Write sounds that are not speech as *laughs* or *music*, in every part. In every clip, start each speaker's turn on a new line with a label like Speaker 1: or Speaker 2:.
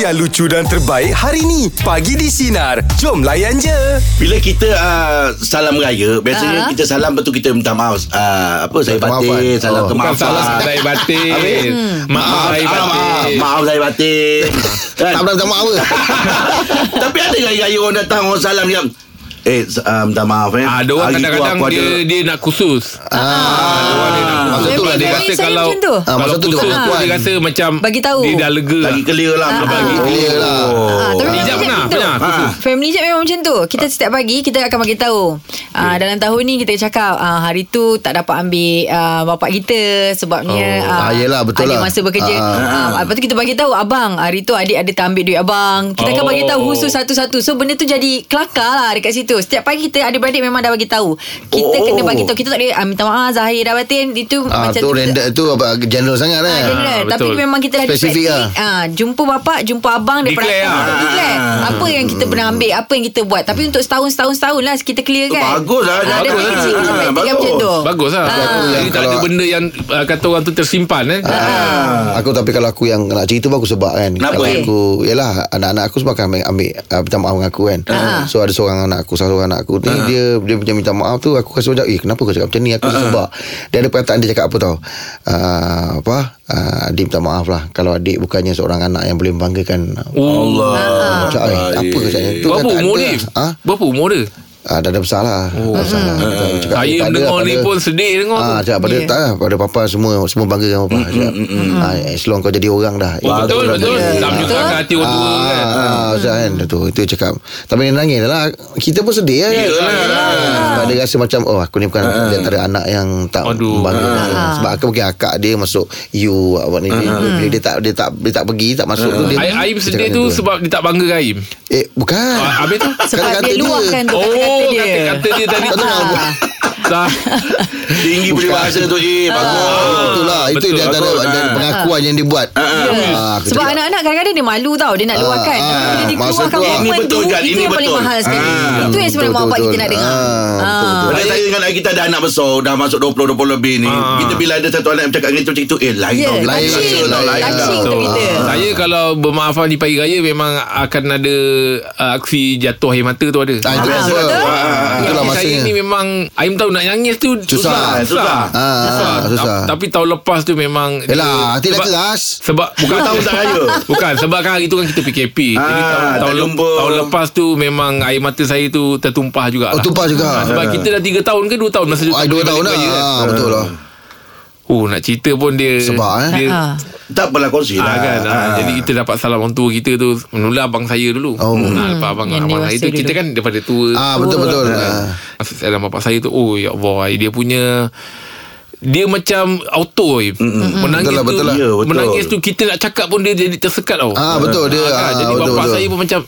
Speaker 1: yang lucu dan terbaik hari ni. Pagi di Sinar. Jom layan je.
Speaker 2: Bila kita uh, salam raya, biasanya
Speaker 3: Ah.
Speaker 2: kita salam betul kita minta maaf. Uh, apa saya
Speaker 4: Minta
Speaker 2: batin,
Speaker 4: maafan.
Speaker 2: salam
Speaker 4: Oh.
Speaker 5: kan? Bukan
Speaker 2: kemaafan.
Speaker 5: salah saya batin
Speaker 4: Hmm.
Speaker 5: Maaf saya
Speaker 2: Ah, maaf,
Speaker 5: batin
Speaker 2: maaf saya
Speaker 5: *laughs*
Speaker 2: batin. kan?
Speaker 4: Tak pernah minta
Speaker 3: *laughs*
Speaker 4: maaf apa
Speaker 2: *laughs* Tapi ada raya-raya orang datang orang salam dia. Eh, s- uh, minta maaf eh.
Speaker 5: Ah, ada orang
Speaker 2: Hari tu
Speaker 5: kadang-kadang
Speaker 2: aku
Speaker 5: dia
Speaker 2: ada-
Speaker 5: dia nak khusus.
Speaker 3: Ah,
Speaker 5: Ah, dia
Speaker 4: Maksud tu
Speaker 5: nak
Speaker 4: lah
Speaker 5: khusus.
Speaker 4: dia
Speaker 3: Memang
Speaker 4: rasa
Speaker 3: saya
Speaker 5: kalau
Speaker 3: macam tu.
Speaker 4: Ah,
Speaker 5: kalau
Speaker 4: maksud tu dia
Speaker 5: khusus tu
Speaker 4: buat lakuan.
Speaker 5: dia rasa macam
Speaker 3: Bagi tahu.
Speaker 5: dia dah lega.
Speaker 2: lagi clear lah.
Speaker 3: Ah,
Speaker 2: Lagi
Speaker 3: ah.
Speaker 2: clear lah.
Speaker 3: Ah, tapi
Speaker 5: Ijab
Speaker 3: Ijab
Speaker 5: pernah,
Speaker 3: macam
Speaker 5: pernah.
Speaker 3: tu.
Speaker 2: Ah.
Speaker 3: Family Jab memang macam tu Kita setiap pagi Kita akan bagi tahu ah, Dalam tahun ni kita cakap ah, Hari tu tak dapat ambil ah, Bapak kita Sebabnya
Speaker 4: Oh. Ah, yelah, betul
Speaker 3: Adik
Speaker 4: lah.
Speaker 3: masa bekerja ah.
Speaker 2: Ah.
Speaker 3: Lepas tu kita bagi tahu Abang hari tu adik ada tak ambil duit abang Kita akan
Speaker 5: Oh.
Speaker 3: bagi tahu khusus satu-satu So benda tu jadi kelakar lah dekat situ Setiap pagi kita adik-beradik memang dah bagi tahu Kita
Speaker 2: Oh.
Speaker 3: kena bagi tahu Kita tak boleh ah, minta maaf Zahir dah batin Itu
Speaker 4: Ah,
Speaker 3: macam
Speaker 4: tu random tu apa general sangat
Speaker 3: Ah,
Speaker 4: eh.
Speaker 3: general.
Speaker 5: Ah,
Speaker 3: Tapi
Speaker 5: betul.
Speaker 3: memang kita dah
Speaker 4: Spesifik
Speaker 3: dipraktik. Ah, jumpa bapak, jumpa abang dia
Speaker 5: Declare
Speaker 3: perasan.
Speaker 5: lah.
Speaker 3: Ah, Declare. Apa yang kita pernah ambil, apa yang kita buat. Tapi untuk setahun setahun setahun lah kita clear
Speaker 2: Oh,
Speaker 3: kan.
Speaker 2: bagus lah.
Speaker 3: Ah, Dia
Speaker 2: Bagus.
Speaker 3: punya cik macam
Speaker 2: Ah,
Speaker 3: praktik yang macam
Speaker 2: bagus.
Speaker 3: tu.
Speaker 5: Bagus lah. Jadi tak ada
Speaker 4: Kalau-
Speaker 5: benda yang ah, kata orang tu tersimpan eh.
Speaker 4: Ah. Aku tapi kalau aku yang nak cerita pun aku sebab kan
Speaker 2: Kenapa?
Speaker 4: Kalau
Speaker 2: Okey.
Speaker 4: aku Yalah anak-anak aku sebab kan ambil, ambil uh, minta maaf dengan aku kan
Speaker 3: Ah.
Speaker 4: So ada seorang anak aku Salah seorang anak aku
Speaker 5: Ah.
Speaker 4: ni Dia dia punya minta maaf tu Aku rasa macam Eh kenapa kau cakap macam ni Aku
Speaker 5: ah.
Speaker 4: uh sebab Dia ada perkataan dia cakap apa tau uh, Apa uh, Dia minta maaf lah Kalau adik bukannya seorang anak yang boleh membanggakan "Oh,
Speaker 5: Allah.
Speaker 2: Ah,
Speaker 3: Ah.
Speaker 4: Macam eh, apa kau cakap Tu
Speaker 5: Oh. Berapa
Speaker 4: perkataan
Speaker 5: umur
Speaker 4: dia
Speaker 5: dia?
Speaker 4: lah. Ah?
Speaker 5: Berapa umur dia?
Speaker 4: Ah, dah, dah besar lah oh. Dah besar lah Kita cakap, eh, tak
Speaker 5: Ah. Saya
Speaker 4: ada
Speaker 5: dengar
Speaker 4: lah
Speaker 5: ni
Speaker 4: pada-
Speaker 5: pun sedih dengar tu.
Speaker 4: Ah, cakap pada
Speaker 3: Ya.
Speaker 4: tak lah, pada papa semua semua bangga dengan papa. Mm, ah, as long kau jadi orang dah.
Speaker 5: Oh, betul betul.
Speaker 3: betul.
Speaker 5: Tak menyusahkan hati orang tua
Speaker 4: Ah,
Speaker 5: kan.
Speaker 4: ah, Ustaz kan Dah tu Itu cakap Tapi dia nangis lah Kita pun sedih lah kan Sebab dia rasa macam Oh aku ni bukan Dia tak ada anak yang Tak
Speaker 5: Ah, Aduh.
Speaker 4: membangga
Speaker 3: Ah,
Speaker 4: Sebab aku mungkin akak dia Masuk you apa ni
Speaker 5: Ah,
Speaker 4: Dia- Bila dia tak Dia tak dia tak pergi Tak masuk tu dia
Speaker 5: Aib aib
Speaker 4: dia
Speaker 5: sedih
Speaker 4: cakap
Speaker 5: tu
Speaker 4: macam
Speaker 5: sebab dia tak bangga ke Aib.
Speaker 4: Eh bukan
Speaker 5: Ah, Habis
Speaker 4: *laughs*
Speaker 5: tu?
Speaker 3: Sebab
Speaker 4: Kata-kata
Speaker 3: dia
Speaker 4: dia.
Speaker 3: luahkan tu kata-kata
Speaker 5: Oh,
Speaker 3: dia.
Speaker 5: kata-kata dia tadi tu.
Speaker 3: Ah.
Speaker 5: Sa-
Speaker 2: Tinggi boleh bahasa tu. Eh, bagus.
Speaker 4: Betul lah Itu
Speaker 5: Betul,
Speaker 4: dia antara
Speaker 2: betul.
Speaker 4: antara
Speaker 2: Ah.
Speaker 4: Pengakuan yang dia buat Ah, aku
Speaker 3: Sebab
Speaker 4: cakap,
Speaker 3: anak-anak kadang-kadang dia malu tau Dia nak
Speaker 4: Ah,
Speaker 3: luahkan
Speaker 4: ah,
Speaker 3: Tapi Bila dia
Speaker 4: masa
Speaker 3: keluarkan
Speaker 4: tu lah.
Speaker 3: momen
Speaker 2: Ini betul,
Speaker 3: tu
Speaker 2: Jad,
Speaker 3: Itu
Speaker 2: ini
Speaker 3: yang paling
Speaker 2: betul.
Speaker 3: mahal sekali
Speaker 2: Ah,
Speaker 3: Itu yang sebenarnya
Speaker 4: betul,
Speaker 3: mak bapak
Speaker 4: betul.
Speaker 3: kita nak dengar
Speaker 4: Ah, betul,
Speaker 3: Ah.
Speaker 4: betul.
Speaker 2: Pada saya dengan anak kita ada anak besar Dah masuk 20-20 lebih ni
Speaker 5: Ah.
Speaker 2: Kita bila ada satu anak yang cakap dengan itu Macam itu Eh lain
Speaker 3: Ya,
Speaker 2: tau Kita
Speaker 4: lain,
Speaker 2: rasa
Speaker 3: touching
Speaker 2: tau, Ah. lain tau.
Speaker 3: Touching tu
Speaker 5: So,
Speaker 3: kita
Speaker 4: Ah.
Speaker 5: Saya kalau bermaafan di pagi raya memang akan ada uh, aksi jatuh air mata tu ada.
Speaker 4: Ah,
Speaker 2: Ah,
Speaker 4: itu biasa.
Speaker 3: betul.
Speaker 4: Ah, Itulah
Speaker 5: Tapi saya
Speaker 4: masanya.
Speaker 5: ni memang Aim tahu nak nangis tu Susah,
Speaker 4: Susah.
Speaker 2: Susah.
Speaker 4: Ah,
Speaker 5: Ta-
Speaker 4: susah.
Speaker 5: Tapi tahun lepas tu memang dia-
Speaker 4: Yelah, hati ah. dah
Speaker 5: sebab-
Speaker 4: keras.
Speaker 5: Sebab Bukan
Speaker 2: Dua tahun tak raya.
Speaker 5: Bukan Sebab kan hari tu kan kita PKP Jadi
Speaker 2: Ah,
Speaker 5: tahun,
Speaker 2: tak
Speaker 5: tahun,
Speaker 2: jumpa.
Speaker 5: tahun lepas tu Memang air mata saya tu Tertumpah juga
Speaker 4: Oh, tumpah juga.
Speaker 5: Sebab kita dah 3 tahun ke 2 tahun Masa tu
Speaker 4: Ah, dua tahun dah. Ah, betul lah.
Speaker 5: kan? Oh nak cerita pun dia
Speaker 4: Sebab, eh.
Speaker 5: dia,
Speaker 3: Ah.
Speaker 2: Tak apalah kongsi
Speaker 5: Ah,
Speaker 2: lah
Speaker 5: kan, ah.
Speaker 2: Ah.
Speaker 5: Jadi kita dapat salam orang tua kita tu Menular abang saya dulu
Speaker 4: Oh.
Speaker 5: ah, Lepas abang
Speaker 3: Yang
Speaker 5: Abang
Speaker 3: dewasa
Speaker 5: saya tu
Speaker 3: dulu.
Speaker 5: Kita kan daripada tua
Speaker 4: Ah, betul betul. Ah.
Speaker 5: Dalam bapak saya tu Oh ya Allah Dia punya dia macam auto eh. Menangis
Speaker 4: Betul lah, betul
Speaker 5: tu
Speaker 4: lah.
Speaker 2: Ya, betul.
Speaker 5: Menangis tu Kita nak cakap pun Dia jadi tersekat tau
Speaker 4: Ah, betul dia.
Speaker 5: Ah,
Speaker 4: Ah,
Speaker 5: kan? Jadi
Speaker 4: betul,
Speaker 5: bapak
Speaker 4: betul.
Speaker 5: saya pun macam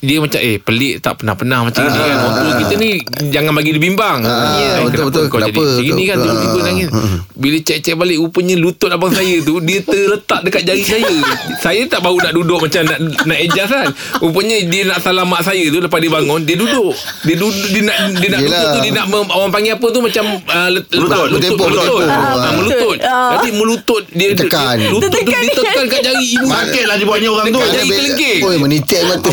Speaker 5: dia macam eh pelik tak pernah-pernah macam ni kan orang tua kita ni jangan bagi dia bimbang
Speaker 4: Ah,
Speaker 5: Eh,
Speaker 4: betul, betul.
Speaker 5: kau jadi
Speaker 4: Kenapa?
Speaker 5: macam ni kan
Speaker 4: Betul, betul.
Speaker 5: tiba-tiba
Speaker 4: Ah.
Speaker 5: nangis bila cek-cek balik rupanya lutut abang saya tu dia terletak dekat jari saya saya tak baru nak duduk macam nak nak adjust kan rupanya dia nak salam mak saya tu lepas dia bangun dia duduk dia duduk dia nak dia nak
Speaker 4: Yelah.
Speaker 5: lutut tu dia nak mem- orang panggil apa tu macam ah, letak
Speaker 2: Melutut,
Speaker 4: bertepuk,
Speaker 5: melutut
Speaker 4: bertepuk.
Speaker 5: Ah,
Speaker 4: Ah.
Speaker 5: melutut
Speaker 3: Ah.
Speaker 5: jadi melutut dia
Speaker 4: Tekan.
Speaker 5: dia- lutut tu dia tekan kat jari ibu saya
Speaker 2: Sakit lah dia buatnya orang tu
Speaker 5: Dekat
Speaker 4: Ada
Speaker 5: Jadi
Speaker 4: beza-
Speaker 5: kelengking.
Speaker 4: Oi, menitik
Speaker 5: *laughs*
Speaker 4: air mata.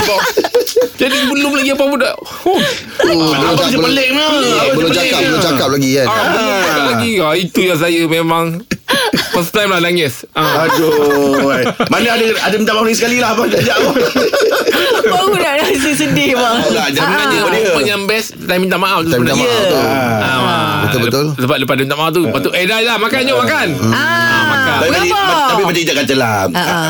Speaker 5: jadi belum lagi apa pun dah oh,
Speaker 4: Oh, belum
Speaker 2: Abang
Speaker 4: cakap-
Speaker 2: je
Speaker 4: belum-
Speaker 2: pelik lah Abang
Speaker 4: Belum
Speaker 2: je
Speaker 4: cakap,
Speaker 2: pelik
Speaker 4: belum
Speaker 2: lah.
Speaker 4: cakap lagi kan.
Speaker 5: Ah, belum cakap lagi. Ah, itu yang saya memang first time lah nangis. Ah.
Speaker 2: Aduh eh. Mana ada ada minta maaf lagi sekali lah Abang Sekejap
Speaker 3: Baru nak rasa sedih bang
Speaker 2: Tak, jangan
Speaker 3: Ah.
Speaker 2: nanya
Speaker 5: Sebenarnya
Speaker 2: apa dia
Speaker 5: apa yang best Time minta maaf tu
Speaker 4: Time minta
Speaker 5: sebenarnya.
Speaker 4: maaf tu.
Speaker 5: Ah, ah.
Speaker 4: Betul, betul.
Speaker 5: Sebab lepas dia minta maaf tu Lepas tu Eh dah dah makan jom makan
Speaker 3: Ah,
Speaker 2: tapi, tadi-
Speaker 3: berapa?
Speaker 2: tapi macam kita kata lah
Speaker 3: Ah,
Speaker 2: ah, ah,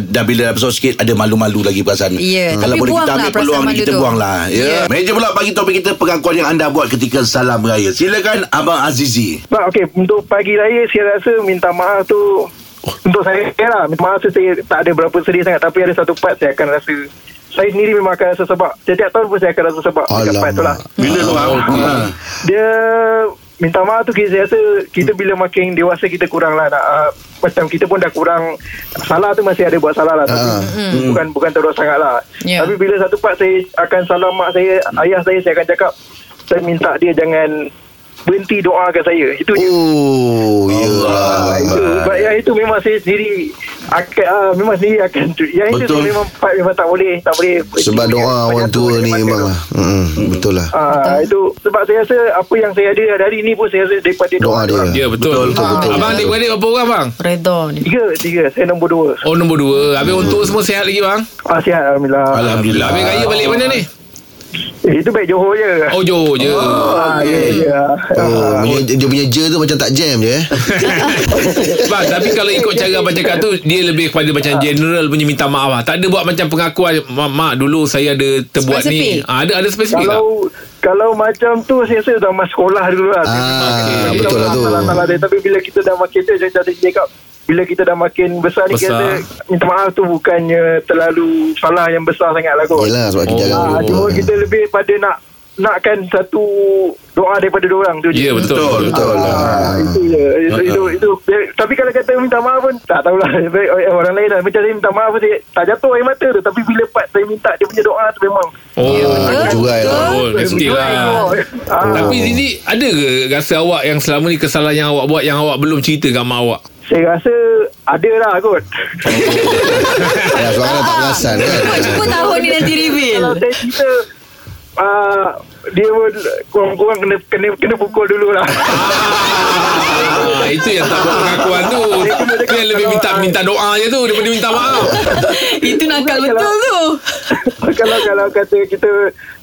Speaker 2: Dah bila dah besar sikit Ada malu-malu lagi perasaan Hmm.
Speaker 3: Ya,
Speaker 2: Kalau
Speaker 3: tapi
Speaker 2: boleh kita
Speaker 3: buanglah
Speaker 2: ambil
Speaker 3: perasaan
Speaker 2: peluang ni
Speaker 3: malu
Speaker 2: Kita
Speaker 3: tu.
Speaker 2: buang lah
Speaker 3: Ya.
Speaker 2: ya. Meja pula bagi topik kita Pengakuan yang anda buat ketika salam raya Silakan Abang Azizi
Speaker 6: Nah, okey, untuk pagi raya saya rasa minta maaf tu untuk saya lah, minta maaf tu saya tak ada berapa sedih sangat tapi ada satu part saya akan rasa saya sendiri memang akan rasa sebab. Setiap tahun pun saya akan rasa sebab dekat part tu lah.
Speaker 4: Alamak.
Speaker 2: Bila tu Abang Ha.
Speaker 6: Dia minta maaf tu kita- saya rasa kita bila makin dewasa kita kurang lah nak uh, macam kita pun dah kurang salah tu masih ada buat salah lah tapi bukan bukan terus sangat lah
Speaker 3: Ya.
Speaker 6: tapi bila satu part saya akan salam mak saya ayah saya saya akan cakap saya minta dia jangan berhenti doa kat saya. Itu je.
Speaker 4: Oh,
Speaker 6: Ah,
Speaker 4: iyalah.
Speaker 6: itu sebab yang itu memang saya sendiri akan ah, memang sendiri akan yang itu
Speaker 2: Betul.
Speaker 6: memang part memang tak boleh tak boleh
Speaker 4: Sebab doa orang
Speaker 6: Banyak tu
Speaker 4: tua
Speaker 6: boleh
Speaker 4: ni
Speaker 6: makan
Speaker 4: memang
Speaker 6: tu.
Speaker 4: lah. Mm, betul lah.
Speaker 6: ah, itu sebab saya rasa apa yang saya ada hari ini pun saya rasa daripada
Speaker 4: Doa dia.
Speaker 5: Ya betul.
Speaker 2: Betul,
Speaker 5: betul,
Speaker 2: betul,
Speaker 5: abang
Speaker 4: betul.
Speaker 5: adik-beradik berapa orang bang?
Speaker 3: Redha ni
Speaker 6: tiga tiga saya nombor dua
Speaker 5: Oh nombor dua Habis hmm. untuk semua sihat lagi bang
Speaker 6: ah, sihat Alhamdulillah
Speaker 2: Alhamdulillah.
Speaker 5: Habis raya balik mana ni
Speaker 6: eh, itu baik Johor je
Speaker 5: Oh Johor je
Speaker 6: ah, ya, ya.
Speaker 4: Oh, punya, dia punya je tu macam tak jam je eh.
Speaker 6: *laughs*
Speaker 5: Bang tapi kalau ikut cara abang cakap tu Dia lebih kepada macam general punya minta maaf lah Tak ada buat macam pengakuan Mak, mak dulu saya ada terbuat ni
Speaker 3: Spesifik.
Speaker 5: ha, Ada ada spesifik
Speaker 4: lah.
Speaker 5: tak?
Speaker 6: Kalau kalau macam tu saya rasa zaman sekolah dulu lah.
Speaker 4: Ah,
Speaker 6: Kita
Speaker 4: betul lah tu.
Speaker 6: masalah- masalah dia. Tapi bila kita dah makin tu saya jadi cakap bila kita dah makin besar, ni
Speaker 5: Besar.
Speaker 6: kita minta maaf tu bukannya terlalu salah yang besar sangat lah kot.
Speaker 4: Yelah sebab
Speaker 5: Oh.
Speaker 4: kita jaga
Speaker 6: Ah, cuma
Speaker 4: dulu.
Speaker 6: kita lebih pada nak nakkan satu doa daripada orang tu
Speaker 5: Ya
Speaker 6: je.
Speaker 5: betul betul.
Speaker 2: Betul.
Speaker 4: Betul lah.
Speaker 6: Ah,
Speaker 4: ah.
Speaker 6: itu je. Itu, itu, itu. Tapi kalau kata minta maaf pun tak tahulah *laughs* orang lain lah. Macam saya minta maaf pun saya tak jatuh air mata tu. Tapi bila part saya minta dia punya doa tu memang
Speaker 5: Oh
Speaker 4: Ah, Curai lah.
Speaker 5: Betul Mesti lah
Speaker 6: Ah.
Speaker 5: Tapi Zizi Ada ke rasa awak yang selama ni Kesalahan yang awak buat Yang awak belum cerita ke mak awak
Speaker 6: Saya rasa ada lah kot.
Speaker 4: Ya, suara tak perasan kan.
Speaker 3: Cuba cuba tahun ni nanti reveal
Speaker 6: Kalau saya cerita uh, dia pun kurang-kurang kena kena kena pukul dulu lah.
Speaker 5: Ah, itu yang tak buat pengakuan tu Itu yang lebih minta minta doa je tu Daripada minta maaf
Speaker 3: *laughs* Itu nakal betul tu Ah.
Speaker 6: *laughs* kalau kalau kata kita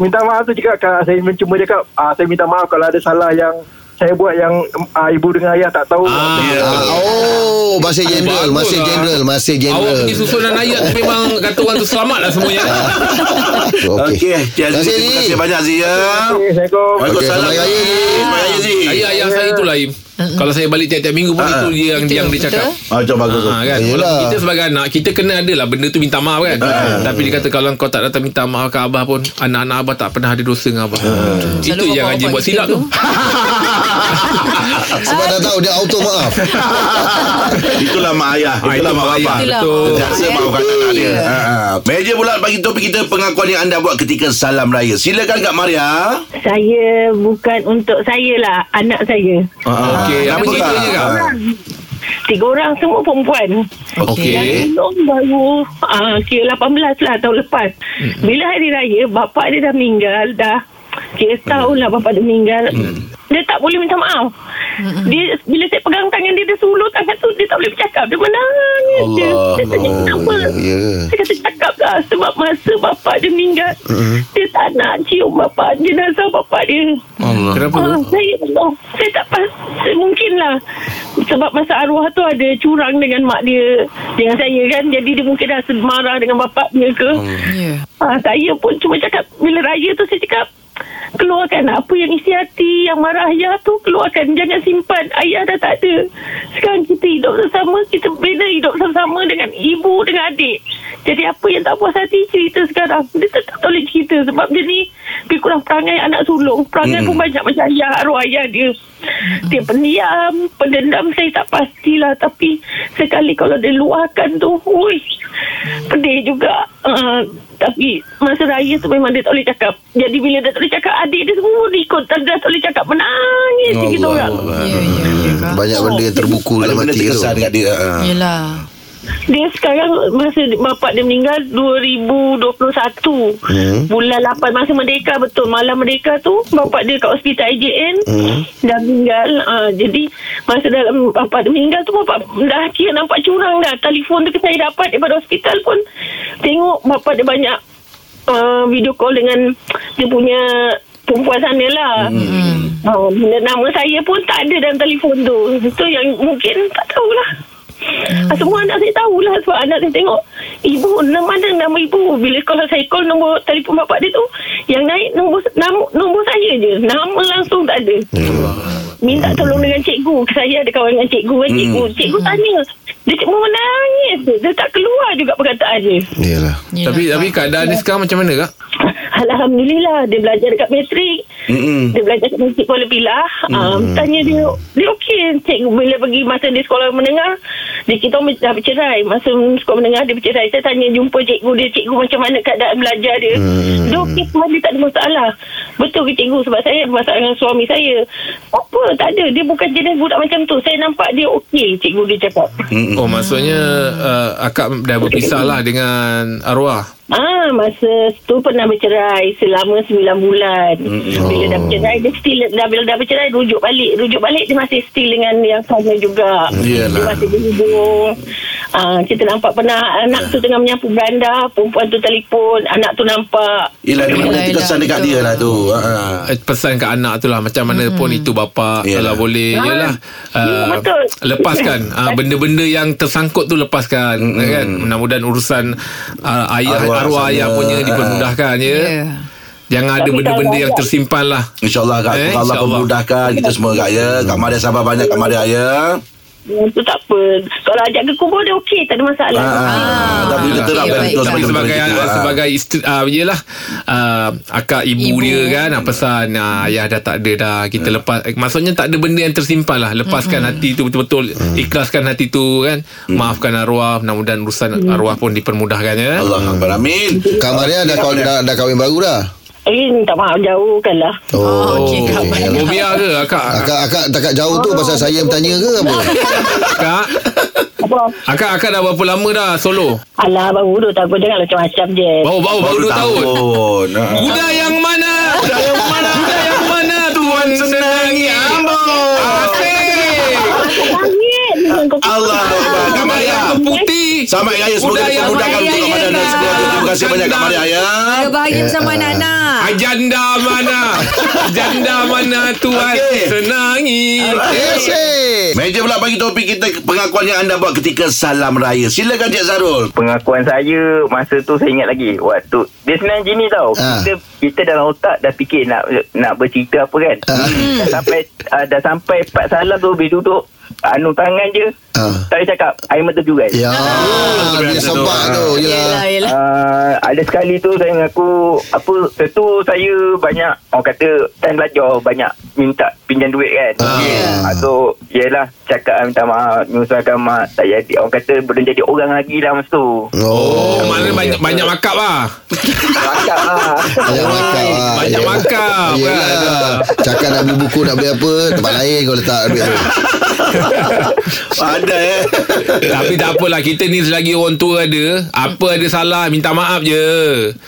Speaker 6: minta maaf tu cakap kalau saya cuma cakap uh, saya minta maaf kalau ada salah yang saya buat yang uh, ibu dengan ayah tak tahu.
Speaker 5: Ah,
Speaker 6: Ah,
Speaker 5: ya.
Speaker 4: Ah, oh, masih general,
Speaker 5: Bagus lah.
Speaker 4: masih general, masih
Speaker 5: Awak
Speaker 4: general.
Speaker 5: punya susunan ayat tu memang kata orang tu selamat lah semuanya.
Speaker 2: Okey,
Speaker 4: Okey.
Speaker 2: Cik Aziz, terima
Speaker 4: Terima kasih,
Speaker 2: kasih banyak Aziz ya.
Speaker 6: okay, Assalamualaikum.
Speaker 2: Waalaikumsalam.
Speaker 4: selamat raya, Aziz.
Speaker 2: Selamat raya Aziz.
Speaker 5: Ayat ayah saya tu lah Im. Kalau saya balik tiap-tiap minggu pun itu dia yang,
Speaker 3: Betul,
Speaker 5: yang dia
Speaker 3: betul.
Speaker 5: cakap.
Speaker 2: Ah, macam bagus. tu.
Speaker 5: Ha, kan?
Speaker 4: Yelah.
Speaker 5: Walaupun kita sebagai anak Kita kena adalah Benda tu minta maaf kan Tapi dia kata Kalau kau tak datang minta maaf ke Abah pun Anak-anak Abah tak pernah ada dosa dengan Abah Itu
Speaker 3: Selalu
Speaker 5: yang
Speaker 3: bapak-bapak
Speaker 5: Haji buat
Speaker 3: kita
Speaker 5: silap tu
Speaker 3: tu.
Speaker 4: Sebab dah tahu dia auto maaf.
Speaker 2: *laughs* Itulah mak ayah,
Speaker 5: Ah,
Speaker 2: itulah mak
Speaker 5: ayah.
Speaker 2: abah.
Speaker 3: Itulah.
Speaker 5: Betul
Speaker 2: Biasa maafkan anak dia. Ha, ha. Meja pula bagi topik kita pengakuan yang anda buat ketika salam raya. Silakan Kak Maria.
Speaker 7: Saya bukan untuk saya lah Anak saya
Speaker 5: Ah, Okey Apa
Speaker 2: Kenapa,
Speaker 5: ceritanya
Speaker 2: Kak?
Speaker 5: kak?
Speaker 7: Tiga orang semua perempuan
Speaker 5: Okey
Speaker 7: Long baru uh, Kira 18 lah tahun lepas hmm. Bila hari raya Bapak dia dah meninggal Dah Kira setahun lah bapak dia meninggal Dia tak boleh minta maaf dia bila saya pegang tangan dia dia sulur tangan tu dia tak boleh bercakap dia menangis dia dia tanya kenapa
Speaker 4: ya.
Speaker 7: saya kata cakap lah sebab masa bapak dia meninggal dia tak nak cium bapak jenazah bapak dia
Speaker 5: Kenapa tu?
Speaker 7: Ah, saya oh, saya tak pas saya mungkinlah sebab masa arwah tu ada curang dengan mak dia dengan saya kan jadi dia mungkin dah marah dengan bapak dia ke
Speaker 3: Ya
Speaker 7: ah, saya pun cuma cakap bila raya tu saya cakap keluarkan apa yang isi hati yang marah ayah tu keluarkan jangan simpan ayah dah tak ada sekarang kita hidup bersama kita bina hidup sama-sama dengan ibu dengan adik jadi apa yang tak puas hati cerita sekarang dia tak, tak boleh cerita sebab dia ni dia kurang perangai anak sulung perangai pun banyak macam ayah arwah ayah dia dia pendiam pendendam saya tak pastilah tapi sekali kalau dia luahkan tu ui pedih juga uh, tapi masa raya tu memang dia tak boleh cakap jadi bila dia tak boleh cakap adik dia semua ikut tak dia tak boleh cakap menangis je kita orang
Speaker 5: Hmm.
Speaker 2: Ah,
Speaker 3: Ya ya ya, Kak.
Speaker 4: Banyak
Speaker 5: Oh.
Speaker 4: benda yang terbuku
Speaker 2: Ada
Speaker 4: dalam
Speaker 2: benda
Speaker 4: hati tu.
Speaker 2: terkesan kat dia. Ha.
Speaker 3: ah. Yelah
Speaker 7: dia sekarang masa bapak dia meninggal 2021
Speaker 4: Hmm.
Speaker 7: bulan 8 masa merdeka betul malam merdeka tu bapak dia kat hospital IJN
Speaker 4: Hmm.
Speaker 7: dah meninggal uh, jadi masa dalam bapak dia meninggal tu bapak dah kira nampak curang dah telefon tu saya dapat daripada hospital pun tengok bapak dia banyak uh, video call dengan dia punya perempuan sana lah hmm. uh, bila nama saya pun tak ada dalam telefon tu itu yang mungkin tak tahulah Hmm. Semua anak saya tahulah sebab anak saya tengok ibu nama mana nama ibu. Bila kalau saya call nombor telefon bapak dia tu yang naik nombor nama, nombor saya je. Nama langsung tak ada.
Speaker 4: Hmm.
Speaker 7: Minta tolong dengan cikgu. Saya ada kawan dengan cikgu kan cikgu. Cikgu tanya. Dia cuma menangis. je. Dia tak keluar juga perkataan dia.
Speaker 4: Yalah.
Speaker 3: Yelah,
Speaker 7: ya
Speaker 5: Tapi
Speaker 7: lah.
Speaker 3: Kak.
Speaker 5: tapi keadaan dia sekarang macam mana kak?
Speaker 7: Alhamdulillah dia belajar dekat matrik.
Speaker 2: Mm-mm.
Speaker 7: Dia belajar kat Masjid Kuala Pilah. Um, tanya dia, dia okey cikgu. Bila pergi masa dia sekolah menengah, dia kita orang dah bercerai. Masa sekolah menengah dia bercerai. Saya tanya jumpa cikgu dia, cikgu macam mana keadaan belajar dia. Hmm. Dia okey, Tuhan dia tak ada masalah. Betul ke cikgu? Sebab saya ada masalah dengan suami saya. Apa? Tak ada. Dia bukan jenis budak macam tu. Saya nampak dia okey, cikgu dia cakap.
Speaker 2: Mm-mm.
Speaker 5: Oh maksudnya uh, Akak dah berpisah lah Dengan arwah
Speaker 7: Ah, masa tu pernah bercerai selama 9 bulan.
Speaker 2: Mm-mm. Oh.
Speaker 7: Bila dah bercerai, dia still dah bila dah bercerai rujuk balik. Rujuk balik dia masih still dengan yang sama juga.
Speaker 2: Yelah.
Speaker 7: Dia masih berhubung. Ah, kita nampak pernah anak tu tengah menyapu beranda, perempuan tu telefon, anak tu nampak.
Speaker 2: Yelah dia
Speaker 3: Yelah,
Speaker 2: mesti
Speaker 3: yelah,
Speaker 2: kesan dekat
Speaker 3: betul.
Speaker 2: dia lah tu. Ha.
Speaker 5: Eh, pesan ke anak tu lah macam mana pun itu bapa
Speaker 2: Yalah.
Speaker 5: kalau boleh
Speaker 7: Ah.
Speaker 5: yalah
Speaker 7: Ya,
Speaker 5: ah,
Speaker 7: betul. *laughs*
Speaker 5: lepaskan Ah, benda-benda yang tersangkut tu lepaskan kan mudah-mudahan urusan ah, ayah
Speaker 2: Arwah
Speaker 5: arwah,
Speaker 2: sana.
Speaker 5: ayah punya
Speaker 2: Ah.
Speaker 5: dipermudahkan ya
Speaker 3: Ya.
Speaker 5: jangan ada
Speaker 7: Tapi
Speaker 5: benda-benda
Speaker 7: kalau
Speaker 5: yang
Speaker 7: ayah-
Speaker 5: tersimpan lah
Speaker 2: InsyaAllah Kak.
Speaker 5: Eh,
Speaker 2: Eh, Allah
Speaker 5: insyaAllah.
Speaker 2: pemudahkan kita semua Kak ya.
Speaker 3: Hmm.
Speaker 2: Kak Maria sabar banyak Kak Maria ya.
Speaker 7: Yang tu tak apa. Kalau ajak ke kubur dia okey, tak ada masalah.
Speaker 2: Ha. Tapi kita
Speaker 5: Yalah.
Speaker 2: terapkan
Speaker 3: Ah, baik.
Speaker 2: betul
Speaker 5: Tapi
Speaker 2: sebagaimana
Speaker 5: sebagai
Speaker 2: kita,
Speaker 5: ah,
Speaker 2: ha.
Speaker 5: sebagai isteri ah, yalah ah, akak ibu,
Speaker 3: Ibu.
Speaker 5: dia kan ah, pesan
Speaker 2: Hmm.
Speaker 5: ah, ayah dah tak ada dah kita lepas eh, maksudnya tak ada benda yang tersimpan lah lepaskan hati tu betul-betul
Speaker 2: Hmm.
Speaker 5: ikhlaskan hati tu kan maafkan arwah mudah-mudahan urusan arwah pun dipermudahkan ya
Speaker 2: Allah Akbar Amin.
Speaker 4: Kak Maria dah, kau, dah, dah kahwin baru dah
Speaker 7: Eh, minta maaf jauhkan lah.
Speaker 3: Oh, okey, Kak
Speaker 4: okey.
Speaker 3: Maria.
Speaker 5: Berbiar ke
Speaker 2: *laughs*
Speaker 5: akak?
Speaker 4: Akak, akak takak jauh tu pasal saya bertanya ke
Speaker 3: *laughs*
Speaker 4: apa?
Speaker 5: Akak?
Speaker 7: Apa?
Speaker 5: Akak akak dah berapa lama dah solo?
Speaker 7: Alah, baru dulu tak apa. Jangan macam-macam je.
Speaker 5: Baru baru baru 2 tahun.
Speaker 2: tahun. Ha.
Speaker 5: Kuda yang mana? Kuda yang mana? Kuda yang mana? Tuan senangi ambon. Asik.
Speaker 7: Langit.
Speaker 2: Allah Akbar. Kak
Speaker 5: Kuda
Speaker 2: Maria.
Speaker 5: yang putih.
Speaker 2: Sama Kak Maria. Semoga
Speaker 5: Kuda yang
Speaker 2: dipermudahkan
Speaker 3: Maria,
Speaker 2: untuk Kak Maria dan
Speaker 3: yelah.
Speaker 2: sekeluarga. Terima kasih banyak Kak Maria ya.
Speaker 3: Kita bahagia bersama anak-anak.
Speaker 5: Ajanda Ah, mana? Ajanda mana tuan
Speaker 2: Okey.
Speaker 5: senangi?
Speaker 4: Yes, eh.
Speaker 2: Meja pula bagi topik kita pengakuan yang anda buat ketika salam raya. Silakan Cik Zarul.
Speaker 8: pengakuan saya masa tu saya ingat lagi waktu dia sebenarnya gini tau ha.
Speaker 4: Ah.
Speaker 8: kita kita dalam otak dah fikir nak nak bercerita apa kan
Speaker 4: Ah.
Speaker 8: ha. dah sampai uh, dah sampai part salam tu habis duduk anu tangan je
Speaker 4: Ah.
Speaker 8: tak boleh cakap air mata juga
Speaker 4: Ya,
Speaker 5: Ah,
Speaker 4: dia
Speaker 2: biasa tu.
Speaker 4: sebab tu.
Speaker 3: Yelah,
Speaker 4: Yelah.
Speaker 3: yelah.
Speaker 8: Uh, ada sekali tu saya mengaku apa tentu saya banyak orang kata time belajar banyak minta pinjam duit kan.
Speaker 4: Ah.
Speaker 8: Yeah. So yelah cakap "Ah, minta maaf menyusahkan mak tak jadi orang kata belum jadi orang lagi lah masa tu.
Speaker 5: Oh,
Speaker 4: Oh,
Speaker 5: mana banyak banyak makap lah.
Speaker 8: Cakap lah.
Speaker 4: Banyak markah lah.
Speaker 5: Banyak
Speaker 4: Ya.
Speaker 5: markah,
Speaker 4: Yelah.
Speaker 5: kan?
Speaker 4: Cakap nak beli buku Nak beli apa Tempat lain kau letak duit tu
Speaker 2: Ada eh.
Speaker 5: Tapi tak apalah Kita ni selagi orang tua ada Apa ada salah Minta maaf je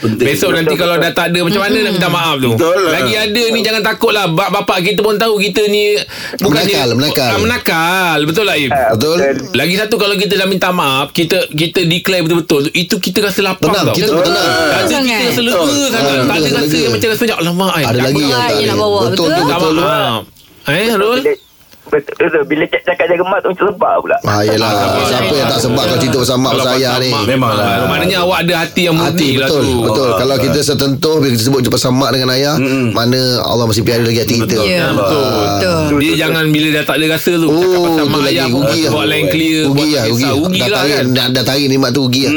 Speaker 2: Penting.
Speaker 5: Besok nanti
Speaker 8: Betul,
Speaker 5: kalau
Speaker 8: betul.
Speaker 5: dah tak ada Macam mana nak minta maaf tu
Speaker 2: Betul lah.
Speaker 5: Lagi ada ni jangan takut lah Bap- Bapak kita pun tahu Kita ni
Speaker 4: Menakal, menakal.
Speaker 5: Ah, Menakal Betul lah Im
Speaker 4: Betul
Speaker 5: Lagi satu kalau kita dah minta maaf Kita kita declare betul-betul Itu kita rasa lapang
Speaker 4: Tenang
Speaker 5: tau
Speaker 4: Kita pun tenang
Speaker 5: Rasa
Speaker 3: Sangat.
Speaker 5: kita rasa lega sangat
Speaker 4: Ah,
Speaker 5: Tak ada
Speaker 4: betul,
Speaker 5: rasa
Speaker 4: lega.
Speaker 5: yang macam rasa macam Alamak ai,
Speaker 4: Ada
Speaker 5: tak
Speaker 4: lagi yang
Speaker 3: berat
Speaker 4: tak
Speaker 3: je nak
Speaker 4: ada
Speaker 3: bawa,
Speaker 4: Betul tu
Speaker 3: betul?
Speaker 5: Minta
Speaker 4: Betul tu
Speaker 5: maaf Eh Rul
Speaker 8: Bila- Betul betul. Bila cak- cakap jaga mak tu macam lebak pula.
Speaker 4: Ah, yelah Siapa yang tak sebab Kau cerita pasal mak
Speaker 5: Kalau
Speaker 4: Pasal ayah
Speaker 5: pasal
Speaker 4: ni
Speaker 5: mak,
Speaker 2: Memanglah.
Speaker 5: ah, Maknanya awak ada hati yang
Speaker 4: Hati
Speaker 5: murni lah
Speaker 4: betul
Speaker 5: tu
Speaker 4: Betul Kalau kita setentuh Bila kita sebut pasal mak dengan ayah Mana Allah masih piara lagi hati kita Ah.
Speaker 3: Ya, betul. Betul.
Speaker 5: Dia jangan bila dah tak ada rasa tu
Speaker 4: Oh,
Speaker 5: Cakap pasal
Speaker 4: tu
Speaker 5: mak
Speaker 4: lagi
Speaker 5: ayah
Speaker 4: rugi lah.
Speaker 5: Buat lain clear
Speaker 4: Rugi
Speaker 5: buat
Speaker 4: lah
Speaker 5: tak
Speaker 4: rugi.
Speaker 5: kisah. Rugi
Speaker 4: Dah
Speaker 5: lah
Speaker 4: tarik
Speaker 5: kan
Speaker 4: dah, dah tarik ni mak tu rugi lah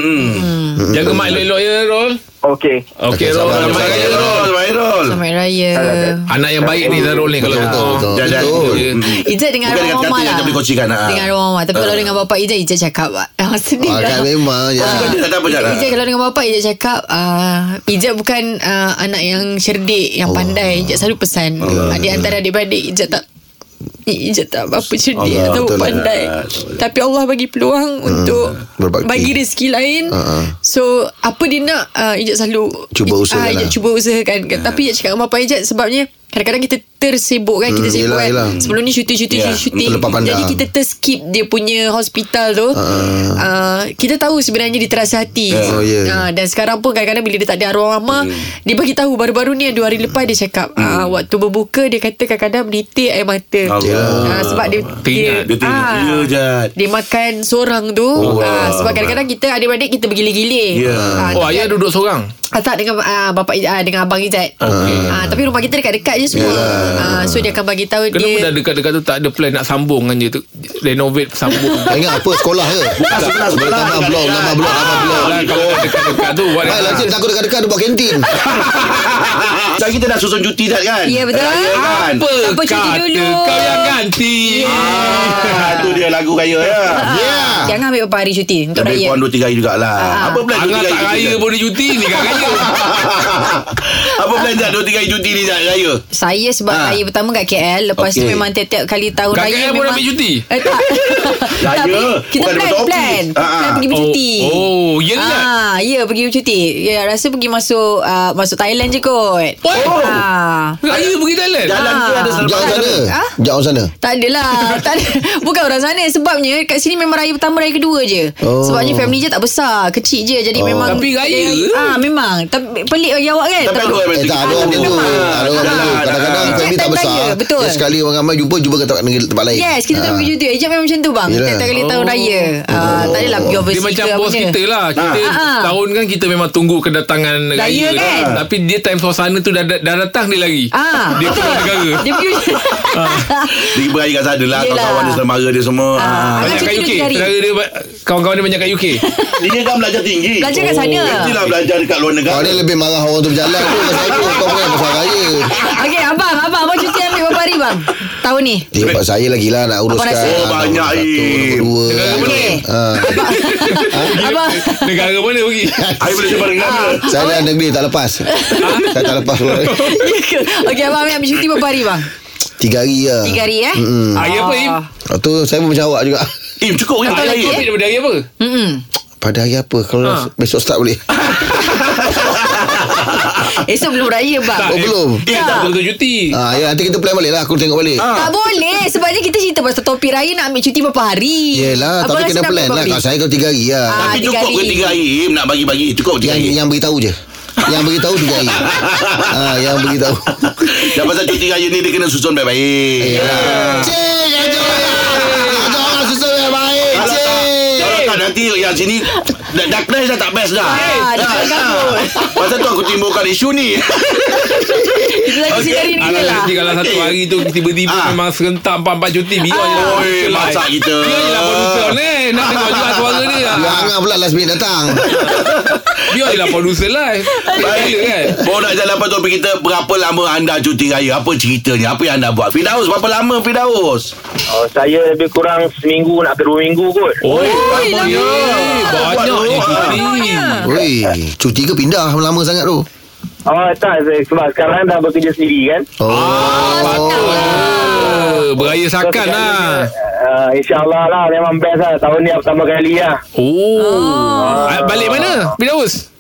Speaker 2: Hmm.
Speaker 5: Jaga mak elok-elok ya Rol
Speaker 8: Okey.
Speaker 5: Okey Rol
Speaker 4: Hmm. sabar,
Speaker 5: Selamat
Speaker 4: sabar.
Speaker 5: raya Rol
Speaker 2: Viral, viral.
Speaker 3: Selamat Raya.
Speaker 5: Anak yang baik ni Zarul ni Kalau
Speaker 4: Betul,
Speaker 5: betul
Speaker 4: betul.
Speaker 2: Jajan.
Speaker 4: Betul. Hmm.
Speaker 3: Ijat dengan
Speaker 2: Hmm. Bukan
Speaker 3: arwah
Speaker 2: dekat
Speaker 3: mama
Speaker 2: kata yang
Speaker 3: lah.
Speaker 2: tak boleh kongsikan, ah.
Speaker 3: Dengan arwah mama. Tapi kalau dengan bapa Ijat, Ijat cakap. Ah, sedih
Speaker 4: Ah,
Speaker 3: lah.
Speaker 4: kan memang ya.
Speaker 2: Dia tak ada apa jalan.
Speaker 3: Ijat kalau dengan bapa Ijat cakap uh, Ijat bukan uh, anak yang cerdik Yang pandai Ijat selalu pesan Ah, Di antara adik-beradik Ijat tak I- Ijat tak apa cerdik
Speaker 2: Allah,
Speaker 3: Atau
Speaker 2: betul lah.
Speaker 3: pandai Tapi Allah bagi peluang Untuk
Speaker 4: Hmm, berbakti.
Speaker 3: Bagi rezeki lain
Speaker 4: Ah, ah.
Speaker 3: So Apa dia nak uh, Ijat selalu
Speaker 4: Cuba
Speaker 3: Ij-
Speaker 4: usahakan
Speaker 3: ah, Ijat
Speaker 4: lah.
Speaker 3: cuba usahakan Tapi Ijat cakap dengan bapa Ijat Sebabnya Kadang-kadang kita tersibuk kan Kita
Speaker 4: Hmm,
Speaker 3: sibuk
Speaker 4: yelah,
Speaker 3: kan
Speaker 4: yelah.
Speaker 3: Sebelum ni syuting Syuting
Speaker 2: Ya,
Speaker 3: syuting
Speaker 4: terlepas pandang.
Speaker 3: Jadi kita terskip Dia punya hospital tu uh. Uh, Kita tahu sebenarnya Dia terasa hati
Speaker 4: Oh, ya.
Speaker 3: Ah, Dan sekarang pun kadang-kadang Bila dia tak ada arwah mama Dia bagi tahu Baru-baru ni Dua hari lepas dia cakap ah, Waktu berbuka Dia kata kadang-kadang Menitik air mata
Speaker 2: Allah.
Speaker 3: Ah, Sebab dia
Speaker 5: Teringat,
Speaker 2: Dia tengok.
Speaker 3: ah,
Speaker 2: Ya, *laughs* Jad.
Speaker 3: dia makan seorang tu oh, uh, Sebab kadang-kadang kita Adik-adik kita bergilir-gilir
Speaker 2: Ya.
Speaker 3: Ah,
Speaker 5: Oh ayah duduk seorang
Speaker 3: Ah, tak dengan uh, bapak uh, dengan abang Ijat.
Speaker 5: Ah.
Speaker 4: Ah.
Speaker 3: Okay. Uh, tapi rumah kita dekat-dekat je semua. Uh, so dia akan bagi tahu
Speaker 5: Kenapa
Speaker 3: dia
Speaker 5: dah dekat-dekat tu Tak ada plan nak sambung kan dia tu Renovate sambung
Speaker 4: *laughs* Tak ingat apa sekolah ke? Bukan
Speaker 2: sekolah, sekolah.
Speaker 4: Nama blog, nama blog, nama blog.
Speaker 5: lah Kalau dah dekat-dekat Kat tu buat
Speaker 4: Baiklah Cik takut dekat-dekat Dia buat kantin
Speaker 2: Sekarang kita dah susun cuti dah kan
Speaker 9: Ya, betul.
Speaker 2: Ah, ya, kan?
Speaker 5: Apa
Speaker 9: Apa cuti
Speaker 5: kata
Speaker 9: dulu?
Speaker 5: Kau yang ganti
Speaker 2: Ah, Itu dia lagu raya ya
Speaker 4: Yeah
Speaker 9: Jangan ambil beberapa hari cuti Untuk
Speaker 2: Lebih
Speaker 9: raya
Speaker 2: kurang 2-3 hari jugalah
Speaker 9: Ah.
Speaker 2: Apa plan
Speaker 5: Angah tak
Speaker 2: 2-3 hari
Speaker 5: raya
Speaker 2: cuti
Speaker 5: pun dia cuti Ni kan raya
Speaker 2: *laughs* Apa plan dah 2-3 hari cuti ni dah raya
Speaker 9: Saya sebab
Speaker 2: Ah.
Speaker 9: ha. raya pertama kat KL Lepas okay. tu
Speaker 2: Okey.
Speaker 9: memang tiap-tiap kali tahun
Speaker 5: Kat
Speaker 9: raya
Speaker 5: KL pun
Speaker 9: memang...
Speaker 5: ambil cuti?
Speaker 9: Eh
Speaker 2: *laughs*
Speaker 9: tak
Speaker 2: Raya,
Speaker 9: Tapi Kita plan
Speaker 2: bukan daripada office.
Speaker 9: plan
Speaker 2: Ah, ah.
Speaker 9: Plan pergi bercuti
Speaker 5: Oh, oh, yelah.
Speaker 9: ah, Ya pergi bercuti Ya rasa pergi masuk uh, Masuk Thailand je kot
Speaker 5: Oh.
Speaker 9: ah.
Speaker 5: Raya pergi Thailand
Speaker 2: Jalan tu ada
Speaker 4: Jauh
Speaker 2: selepas
Speaker 4: sana
Speaker 9: Ha?
Speaker 4: Jauh sana
Speaker 9: Tak
Speaker 2: *laughs*
Speaker 9: adalah tak ada. Bukan orang sana Sebabnya kat sini memang raya pertama Raya kedua je oh.
Speaker 4: Oh.
Speaker 9: Sebabnya family je tak besar Kecil je Jadi oh. memang
Speaker 5: Tapi raya.
Speaker 9: Ah Memang Tapi pelik bagi awak kan
Speaker 2: Tapi ada orang
Speaker 4: Eh tak ada orang begitu Ada orang begitu Kadang-kadang
Speaker 9: Ah.
Speaker 4: family tak
Speaker 9: Jalan
Speaker 4: besar
Speaker 9: raya, betul.
Speaker 4: Dia sekali orang ramai jumpa Jumpa kat tempat negeri tempat lain
Speaker 9: Yes Kita tak
Speaker 4: Ah.
Speaker 9: pergi cuti Ejak memang macam tu bang
Speaker 4: Yelah.
Speaker 9: Tiap-tiap kali tahun
Speaker 5: Oh.
Speaker 9: raya Ah, Tak adalah pergi
Speaker 5: Dia
Speaker 9: overseas
Speaker 5: macam
Speaker 9: ke apa
Speaker 5: bos
Speaker 9: benda.
Speaker 5: kita lah Kita
Speaker 9: Ah, ah.
Speaker 5: tahun kan kita memang tunggu kedatangan
Speaker 9: Raya
Speaker 5: raya Ah.
Speaker 9: kan?
Speaker 5: Tapi dia time suasana tu dah, dah datang dia lagi
Speaker 9: Ah,
Speaker 5: Dia
Speaker 9: betul.
Speaker 5: keluar negara
Speaker 9: Dia pergi
Speaker 2: Dia beraya kat sana lah
Speaker 9: Yelah.
Speaker 2: Kawan-kawan dia semara dia semua Ah.
Speaker 9: Ah,
Speaker 5: Banyak
Speaker 9: cuti
Speaker 5: kat
Speaker 9: dua,
Speaker 5: UK
Speaker 9: tiga hari.
Speaker 5: Saudara dia ba- Kawan-kawan dia banyak kat
Speaker 9: *laughs*
Speaker 5: UK
Speaker 2: Dia kan belajar tinggi
Speaker 9: *laughs* Belajar kat sana.
Speaker 5: Oh,
Speaker 2: Mestilah belajar dekat luar negara
Speaker 4: Kau ni lebih marah orang tu berjalan tu Pasal aku Kau bukan pasal raya
Speaker 9: Okey abang Abang abang cuti ambil berapa hari bang Tahun ni
Speaker 4: Eh, Sebab saya lagi lah nak uruskan
Speaker 9: rasa?
Speaker 2: Oh, banyak, Im.
Speaker 4: Dua Eh, ah.
Speaker 5: Negara mana?
Speaker 9: Abang *laughs*
Speaker 5: Negara mana pergi
Speaker 9: Ah.
Speaker 4: lah.
Speaker 2: Saya boleh jumpa dengan dia
Speaker 4: Saya dalam negeri tak lepas Saya tak lepas keluar
Speaker 9: Okey abang ambil cuti berapa hari bang
Speaker 4: Tiga hari lah
Speaker 9: Tiga hari eh
Speaker 4: Mm-mm.
Speaker 5: Hari apa Im?
Speaker 4: Lepas tu saya pun macam awak juga
Speaker 2: Im cukup
Speaker 9: Ah,
Speaker 2: ya
Speaker 5: Hari
Speaker 2: Hari
Speaker 5: apa
Speaker 9: eh.
Speaker 2: raya
Speaker 5: daripada hari apa?
Speaker 9: Mm-mm.
Speaker 4: Pada hari apa Kalau
Speaker 5: Ah.
Speaker 4: besok start boleh
Speaker 9: Esok belum raya bang Ya.
Speaker 3: eh.
Speaker 5: Im.
Speaker 4: Oh belum
Speaker 5: Dia Eh, tak betul-betul cuti
Speaker 4: Ah, ya, nanti kita plan balik lah Aku tengok balik
Speaker 3: Ah.
Speaker 9: Tak boleh Sebabnya kita cerita pasal topik raya Nak ambil cuti berapa hari
Speaker 4: Yelah
Speaker 9: Abang
Speaker 4: Tapi
Speaker 9: rasa
Speaker 4: kena
Speaker 9: nak
Speaker 4: plan
Speaker 9: berapa
Speaker 4: lah
Speaker 9: hari?
Speaker 4: Kalau saya kalau tiga hari lah
Speaker 9: Ah,
Speaker 2: Tapi
Speaker 9: tiga
Speaker 2: cukup ke
Speaker 9: hari.
Speaker 2: tiga hari Im nak bagi-bagi Cukup tiga
Speaker 4: Yang
Speaker 2: hari *laughs*
Speaker 4: yang beritahu je Yang beritahu tiga hari ah, Yang beritahu
Speaker 2: Dan pasal cuti raya ni Dia kena susun
Speaker 4: Eh,
Speaker 2: baik-baik
Speaker 4: Cik Ajak orang Ajak orang susun yang baik
Speaker 2: Kalau tak Kalau tak nanti Yang sini Dah, dah clash dah tak best dah
Speaker 9: Ah, dia tengah gabut.
Speaker 2: *laughs* Pasal tu aku timbulkan isu ni
Speaker 9: Kita lagi okay. hari ni lah
Speaker 5: Alah Ah, nanti kalau satu hari tu Tiba-tiba
Speaker 2: Ah.
Speaker 5: memang serentak Empat-empat cuti Biar je lah
Speaker 2: Oi, masak kita.
Speaker 5: Biar je lah producer ni Nak dengar juga suara
Speaker 9: *laughs*
Speaker 5: dia
Speaker 9: Ya.
Speaker 4: Yang Angah pula last minute datang
Speaker 5: Biar je lah producer live Baik kan
Speaker 2: *laughs* Baik Bawa nak jalan apa topik kita Berapa lama anda cuti raya Apa ceritanya Apa yang anda buat Fidaus berapa lama Fidaus
Speaker 1: Oh, saya lebih kurang seminggu nak ke dua minggu kot.
Speaker 5: Oi, lama ya. Banyak
Speaker 2: Banyak
Speaker 5: je cuti.
Speaker 4: Weh Cuti ke pindah Lama sangat tu
Speaker 1: Oh, tak. Saya, sebab sekarang dah bekerja sendiri kan.
Speaker 4: Oh
Speaker 5: Eh, Beraya sakan lah.
Speaker 1: Uh, InsyaAllah lah. Memang best lah. Tahun ni pertama kali lah.
Speaker 5: Oh. Ah, Balik mana? Firdaus?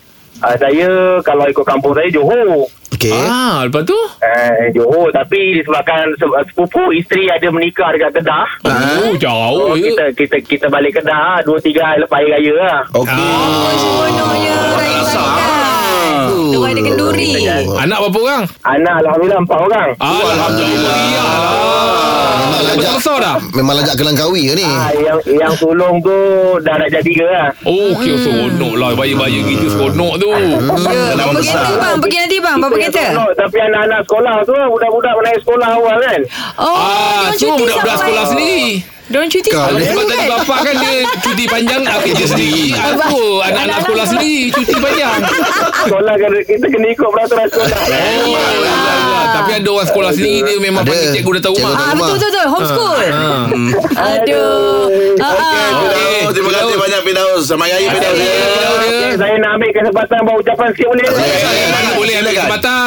Speaker 1: Uh, saya kalau ikut kampung saya Johor.
Speaker 4: Okay
Speaker 5: Ah, lepas tu?
Speaker 1: Uh, Johor. Tapi disebabkan se- sepupu isteri ada menikah dekat Kedah.
Speaker 5: Oh, jauh
Speaker 1: Oh,
Speaker 5: ya.
Speaker 1: kita, kita kita balik Kedah lah. Dua tiga hari lepas hari raya lah.
Speaker 2: Okey
Speaker 9: Seronoknya Raya sakan Itu ada kenduri
Speaker 5: Anak berapa orang? Ah,
Speaker 1: Anak Alhamdulillah empat orang.
Speaker 5: Alhamdulillah.
Speaker 4: Memang
Speaker 5: Alhamdulillah.
Speaker 4: lajak
Speaker 5: Betul besar dah.
Speaker 4: Memang lajak kelangkawi ke ni
Speaker 8: ya.
Speaker 1: Ah, yang yang sulung tu dah nak jadi ke lah.
Speaker 5: Oh, kira seronok lah. Baya-baya gitu seronok tu.
Speaker 9: Ya
Speaker 3: Hmm.
Speaker 9: Berapa kereta bang Pergi nanti bang Berapa
Speaker 1: Itu yang
Speaker 9: kereta
Speaker 1: seronok. Tapi anak-anak sekolah tu lah, budak-budak menaik sekolah awal kan.
Speaker 9: Oh
Speaker 5: Ah,
Speaker 9: dorang
Speaker 5: semua
Speaker 9: cuti
Speaker 5: budak-budak
Speaker 9: sampai-
Speaker 5: sekolah sendiri.
Speaker 9: Dorang cuti
Speaker 4: Kau
Speaker 9: sampai
Speaker 4: ni.
Speaker 5: Sebab
Speaker 9: dulu
Speaker 5: tadi
Speaker 9: kan?
Speaker 5: bapak kan dia cuti panjang, aku kerja sendiri. Aku, anak-anak sekolah sendiri, cuti panjang.
Speaker 1: Sekolah kena, kita kena ikut peraturan sekolah.
Speaker 5: Oh, alah, alah. Tapi ada orang sekolah sendiri, dia memang
Speaker 4: Ada.
Speaker 5: panggil cikgu datang rumah.
Speaker 4: Cikgu
Speaker 9: Ah betul betul betul homeschool.
Speaker 5: Ah.
Speaker 9: Aduh. Ah, ah.
Speaker 2: Fidaus Terima kasih
Speaker 5: Fidaus.
Speaker 2: banyak Fidaus Selamat Raya Fidaus ya.
Speaker 1: Okay, saya nak ambil kesempatan buat ucapan sikit boleh.
Speaker 5: Mana boleh ambil
Speaker 2: Silakan.
Speaker 5: kesempatan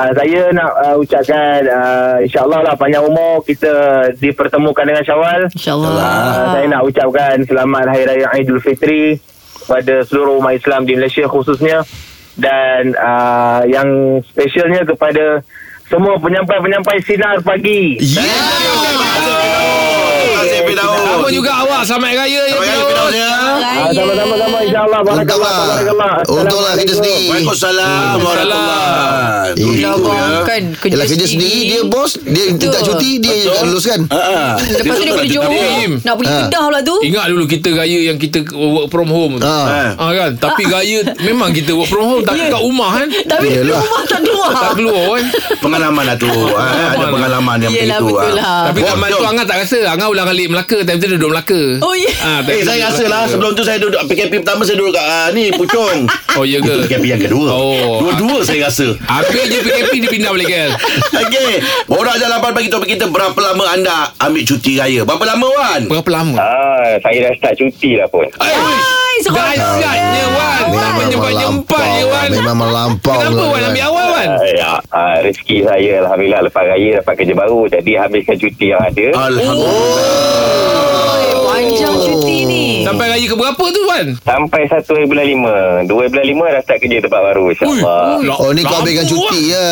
Speaker 1: Uh, saya nak uh, ucapkan uh, insyaAllah lah panjang umur kita dipertemukan dengan syawal.
Speaker 9: InsyaAllah.
Speaker 1: Uh, saya nak ucapkan selamat Hari Raya Aidilfitri kepada seluruh umat Islam di Malaysia khususnya dan uh, yang specialnya kepada semua penyampai-penyampai sinar pagi.
Speaker 2: Terima kasih Fidaus
Speaker 5: Apa juga awak Selamat Raya ya
Speaker 2: Terima kasih Fidaus
Speaker 5: Fidaus
Speaker 2: ya
Speaker 1: Ah,
Speaker 9: Raya.
Speaker 1: sama-sama insyaAllah barakallah
Speaker 4: Untunglah
Speaker 1: tabarakallah.
Speaker 4: Untunglah kita
Speaker 1: Assalamualaikum.
Speaker 4: sendiri
Speaker 2: Waalaikumsalam Warahmatullahi
Speaker 9: Dah
Speaker 4: Eh.
Speaker 2: Begitu
Speaker 9: bang,
Speaker 2: ya
Speaker 9: kan kerja
Speaker 4: Yelah kerja sendiri Dia bos Dia
Speaker 9: Betul.
Speaker 4: tak cuti Dia yang kan? tak luluskan
Speaker 2: Ah, ah.
Speaker 9: Lepas tu dia pergi
Speaker 5: Dia
Speaker 9: Johor.
Speaker 5: Im.
Speaker 9: Nak pergi
Speaker 4: Ah.
Speaker 9: Kedah pula tu.
Speaker 5: Ingat dulu kita raya yang kita work from home tu.
Speaker 2: Eh.
Speaker 4: Ah.
Speaker 5: Ah. Ah, kan Tapi raya Memang kita work from home Tapi kat rumah kan
Speaker 9: Tapi
Speaker 4: Yelah.
Speaker 9: rumah tak keluar.
Speaker 5: Tak keluar kan
Speaker 2: Pengalaman lah tu Ah, Ada pengalaman yang
Speaker 9: Yelah
Speaker 2: begitu
Speaker 9: betul
Speaker 2: ah.
Speaker 9: lah.
Speaker 5: Tapi
Speaker 2: Bos,
Speaker 5: zaman tu
Speaker 2: jom.
Speaker 5: Angah tak rasa Angah ulang alik Melaka Time tu dia duduk Melaka
Speaker 9: Oh, ya.
Speaker 5: Ah, time
Speaker 2: Eh
Speaker 5: tu
Speaker 2: saya
Speaker 5: duduk
Speaker 2: rasa
Speaker 5: Melaka.
Speaker 2: lah Sebelum tahun tu saya duduk PKP pertama saya duduk kat uh, ni Puchong.
Speaker 5: Oh, ya
Speaker 2: Itu
Speaker 5: ke?
Speaker 2: PKP yang kedua.
Speaker 5: Oh.
Speaker 2: Dua-dua saya rasa.
Speaker 5: Habis je PKP dia pindah balik KL.
Speaker 2: Okey. Borak jalan 8 pagi topik kita berapa lama anda ambil cuti raya? Berapa lama Wan?
Speaker 5: Berapa lama?
Speaker 8: Ah, saya dah start cuti lah pun.
Speaker 4: Ah.
Speaker 5: Ay, Dahsyatnya Wan. Tak menyempat-nyempat je Wan.
Speaker 4: Memang melampau
Speaker 5: Kenapa
Speaker 4: lah,
Speaker 5: Wan ambil
Speaker 4: kan.
Speaker 5: awal Wan?
Speaker 8: Ya, ah, rezeki saya Alhamdulillah lepas raya dapat kerja baru Jadi habiskan cuti yang ada
Speaker 4: Ah.
Speaker 2: Alhamdulillah.
Speaker 9: Panjang cuti ni.
Speaker 5: Sampai raya ke berapa tu Wan?
Speaker 8: Sampai 1 hari bulan 5 2 bulan 5 dah start kerja tempat baru InsyaAllah
Speaker 5: lah,
Speaker 4: Oh ni kau ambilkan cuti ya.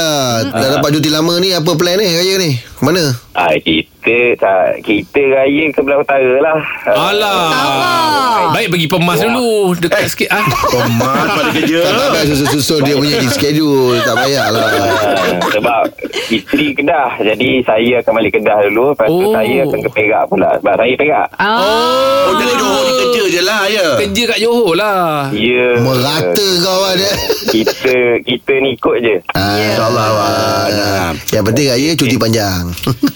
Speaker 4: Dah dapat cuti lama ni apa plan ni raya ni? Ke mana?
Speaker 8: ah, Kita tak, kita raya ke belah utara lah Ah,
Speaker 5: Alah. Baik pergi pemas dulu Dekat sikit
Speaker 4: *laughs*
Speaker 5: ah.
Speaker 2: Pemas pada kerja.
Speaker 4: Tak payah susun-susun dia punya schedule tak lah. payahlah.
Speaker 8: Ah, sebab isteri Kedah Jadi saya akan balik Kedah dulu Lepas tu
Speaker 5: Oh.
Speaker 8: saya akan ke Perak pula Sebab saya Perak
Speaker 9: Ah.
Speaker 2: Oh, dia duduk dia kerja je lah ya.
Speaker 5: Ah. Kerja kat Johor lah
Speaker 8: Ya
Speaker 4: Merata kau Wan eh. dia.
Speaker 8: Kita Kita ni ikut je
Speaker 2: InsyaAllah Wan.
Speaker 4: Yang penting raya cuti panjang.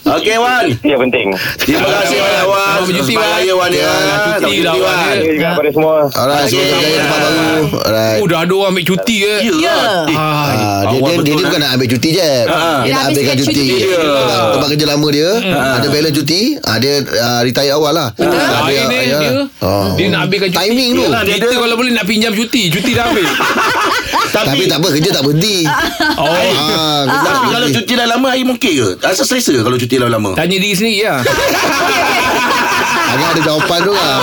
Speaker 2: Okey Wan.
Speaker 8: Itu yang penting
Speaker 2: Terima kasih banyak Wan.
Speaker 5: Selamat bercuti, Wan.
Speaker 2: Selamat raya Wan. ya.
Speaker 4: Ya,
Speaker 2: Selamat
Speaker 5: cuti lah, Wan,
Speaker 2: bercuti
Speaker 5: ya.
Speaker 2: Wan. eh.
Speaker 8: Saya juga kepada semua
Speaker 4: Alright,
Speaker 2: Okey.
Speaker 4: semoga raya tempat baru. Alright.
Speaker 5: Oh dah ada orang ambil cuti ke
Speaker 2: Ya.
Speaker 4: Ah, dia, dia, dia, dia bukan nak ambil cuti je Dia nak habiskan cuti
Speaker 2: cuti.
Speaker 4: Ah, Tempat kerja lama dia Ah, Ada balance cuti ah, Dia ah, retire awal lah Ah,
Speaker 5: Lain ni
Speaker 4: ya.
Speaker 5: dia,
Speaker 4: Oh.
Speaker 5: dia nak ambilkan cuti
Speaker 4: Timing tu
Speaker 5: Yelah, dia Kita kalau boleh nak pinjam cuti Cuti dah
Speaker 4: *laughs*
Speaker 5: ambil
Speaker 4: Tapi tak apa kerja tak berhenti
Speaker 5: Oh
Speaker 4: ah, kerja tak
Speaker 2: Tapi kalau
Speaker 4: berhenti.
Speaker 2: cuti dah lama Air mungkin ke? Rasa selesa kalau cuti dah lama
Speaker 5: Tanya diri sendiri ya.
Speaker 4: Agak ada jawapan tu lah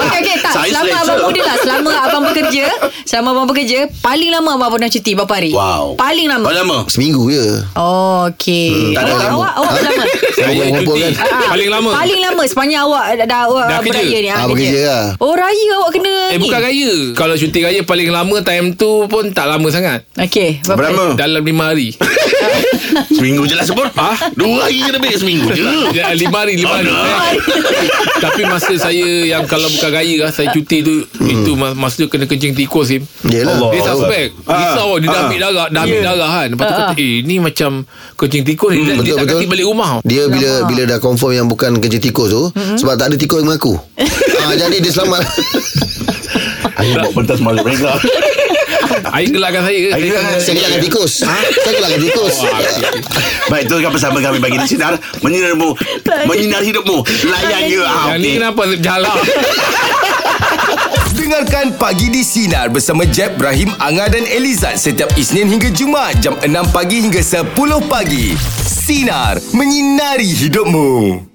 Speaker 9: Okey okey tak
Speaker 2: Saya
Speaker 9: selama
Speaker 2: selesa.
Speaker 9: abang muda lah selama abang bekerja selama abang bekerja paling lama abang pernah cuti berapa hari?
Speaker 2: Wow
Speaker 9: Paling lama.
Speaker 2: Paling lama
Speaker 4: Seminggu je
Speaker 9: Oh okey.
Speaker 5: Hmm,
Speaker 2: tak ada
Speaker 9: awak,
Speaker 2: lama.
Speaker 9: awak awak
Speaker 5: *laughs*
Speaker 9: lama.
Speaker 5: Saya
Speaker 4: kumpul
Speaker 5: cuti
Speaker 4: kan?
Speaker 9: Ah,
Speaker 5: paling lama.
Speaker 9: Paling lama sepanjang awak dah, dah, awak
Speaker 5: Dah kerja.
Speaker 9: beraya ni. ah,
Speaker 4: Ah, bekerja lah.
Speaker 9: Oh raya awak kena
Speaker 5: Eh bukan raya. Kalau cuti raya paling lama time tu pun tak lama sangat.
Speaker 9: Okey. berapa-
Speaker 4: Oh.
Speaker 2: Berapa?
Speaker 5: Dalam lima hari.
Speaker 2: *laughs* Seminggu je lah sebut ha? Dua hari je lebih Seminggu je
Speaker 5: Ya, lima hari, lima hari. Eh. *laughs* Tapi masa saya yang kalau bukan raya lah, saya cuti tu
Speaker 2: Hmm.
Speaker 5: itu mas- masa tu kena kencing tikus Sim.
Speaker 4: Yelah
Speaker 2: Allah.
Speaker 5: Dia suspek
Speaker 2: Ah.
Speaker 5: Risau dia dah
Speaker 2: Ah.
Speaker 5: ambil darah Dah ambil darah kan Lepas tu kata Eh ni macam Kencing tikus ni
Speaker 2: Hmm.
Speaker 5: Dia tak kasi balik
Speaker 2: *laughs*
Speaker 5: rumah
Speaker 4: Dia bila bila dah confirm yang bukan kerja tikus tu Sebab tak ada tikus yang mengaku *laughs* ah, Jadi dia *laughs* selamat
Speaker 2: Air bawa pentas malam *laughs* mereka
Speaker 5: Air gelakkan saya
Speaker 2: Air gelakkan
Speaker 4: Saya gelakkan tikus Saya gelakkan tikus
Speaker 2: Baik tu kan bersama kami Bagi di Sinar Menyinarmu Menyinar hidupmu Layan je ah,
Speaker 5: Yang ni
Speaker 2: okey.
Speaker 5: kenapa Jalan
Speaker 1: Dengarkan Pagi di Sinar bersama Jeb, Ibrahim, Anga dan Elizad setiap Isnin hingga Jumaat jam 6 pagi hingga 10 pagi. Sinar, menyinari hidupmu.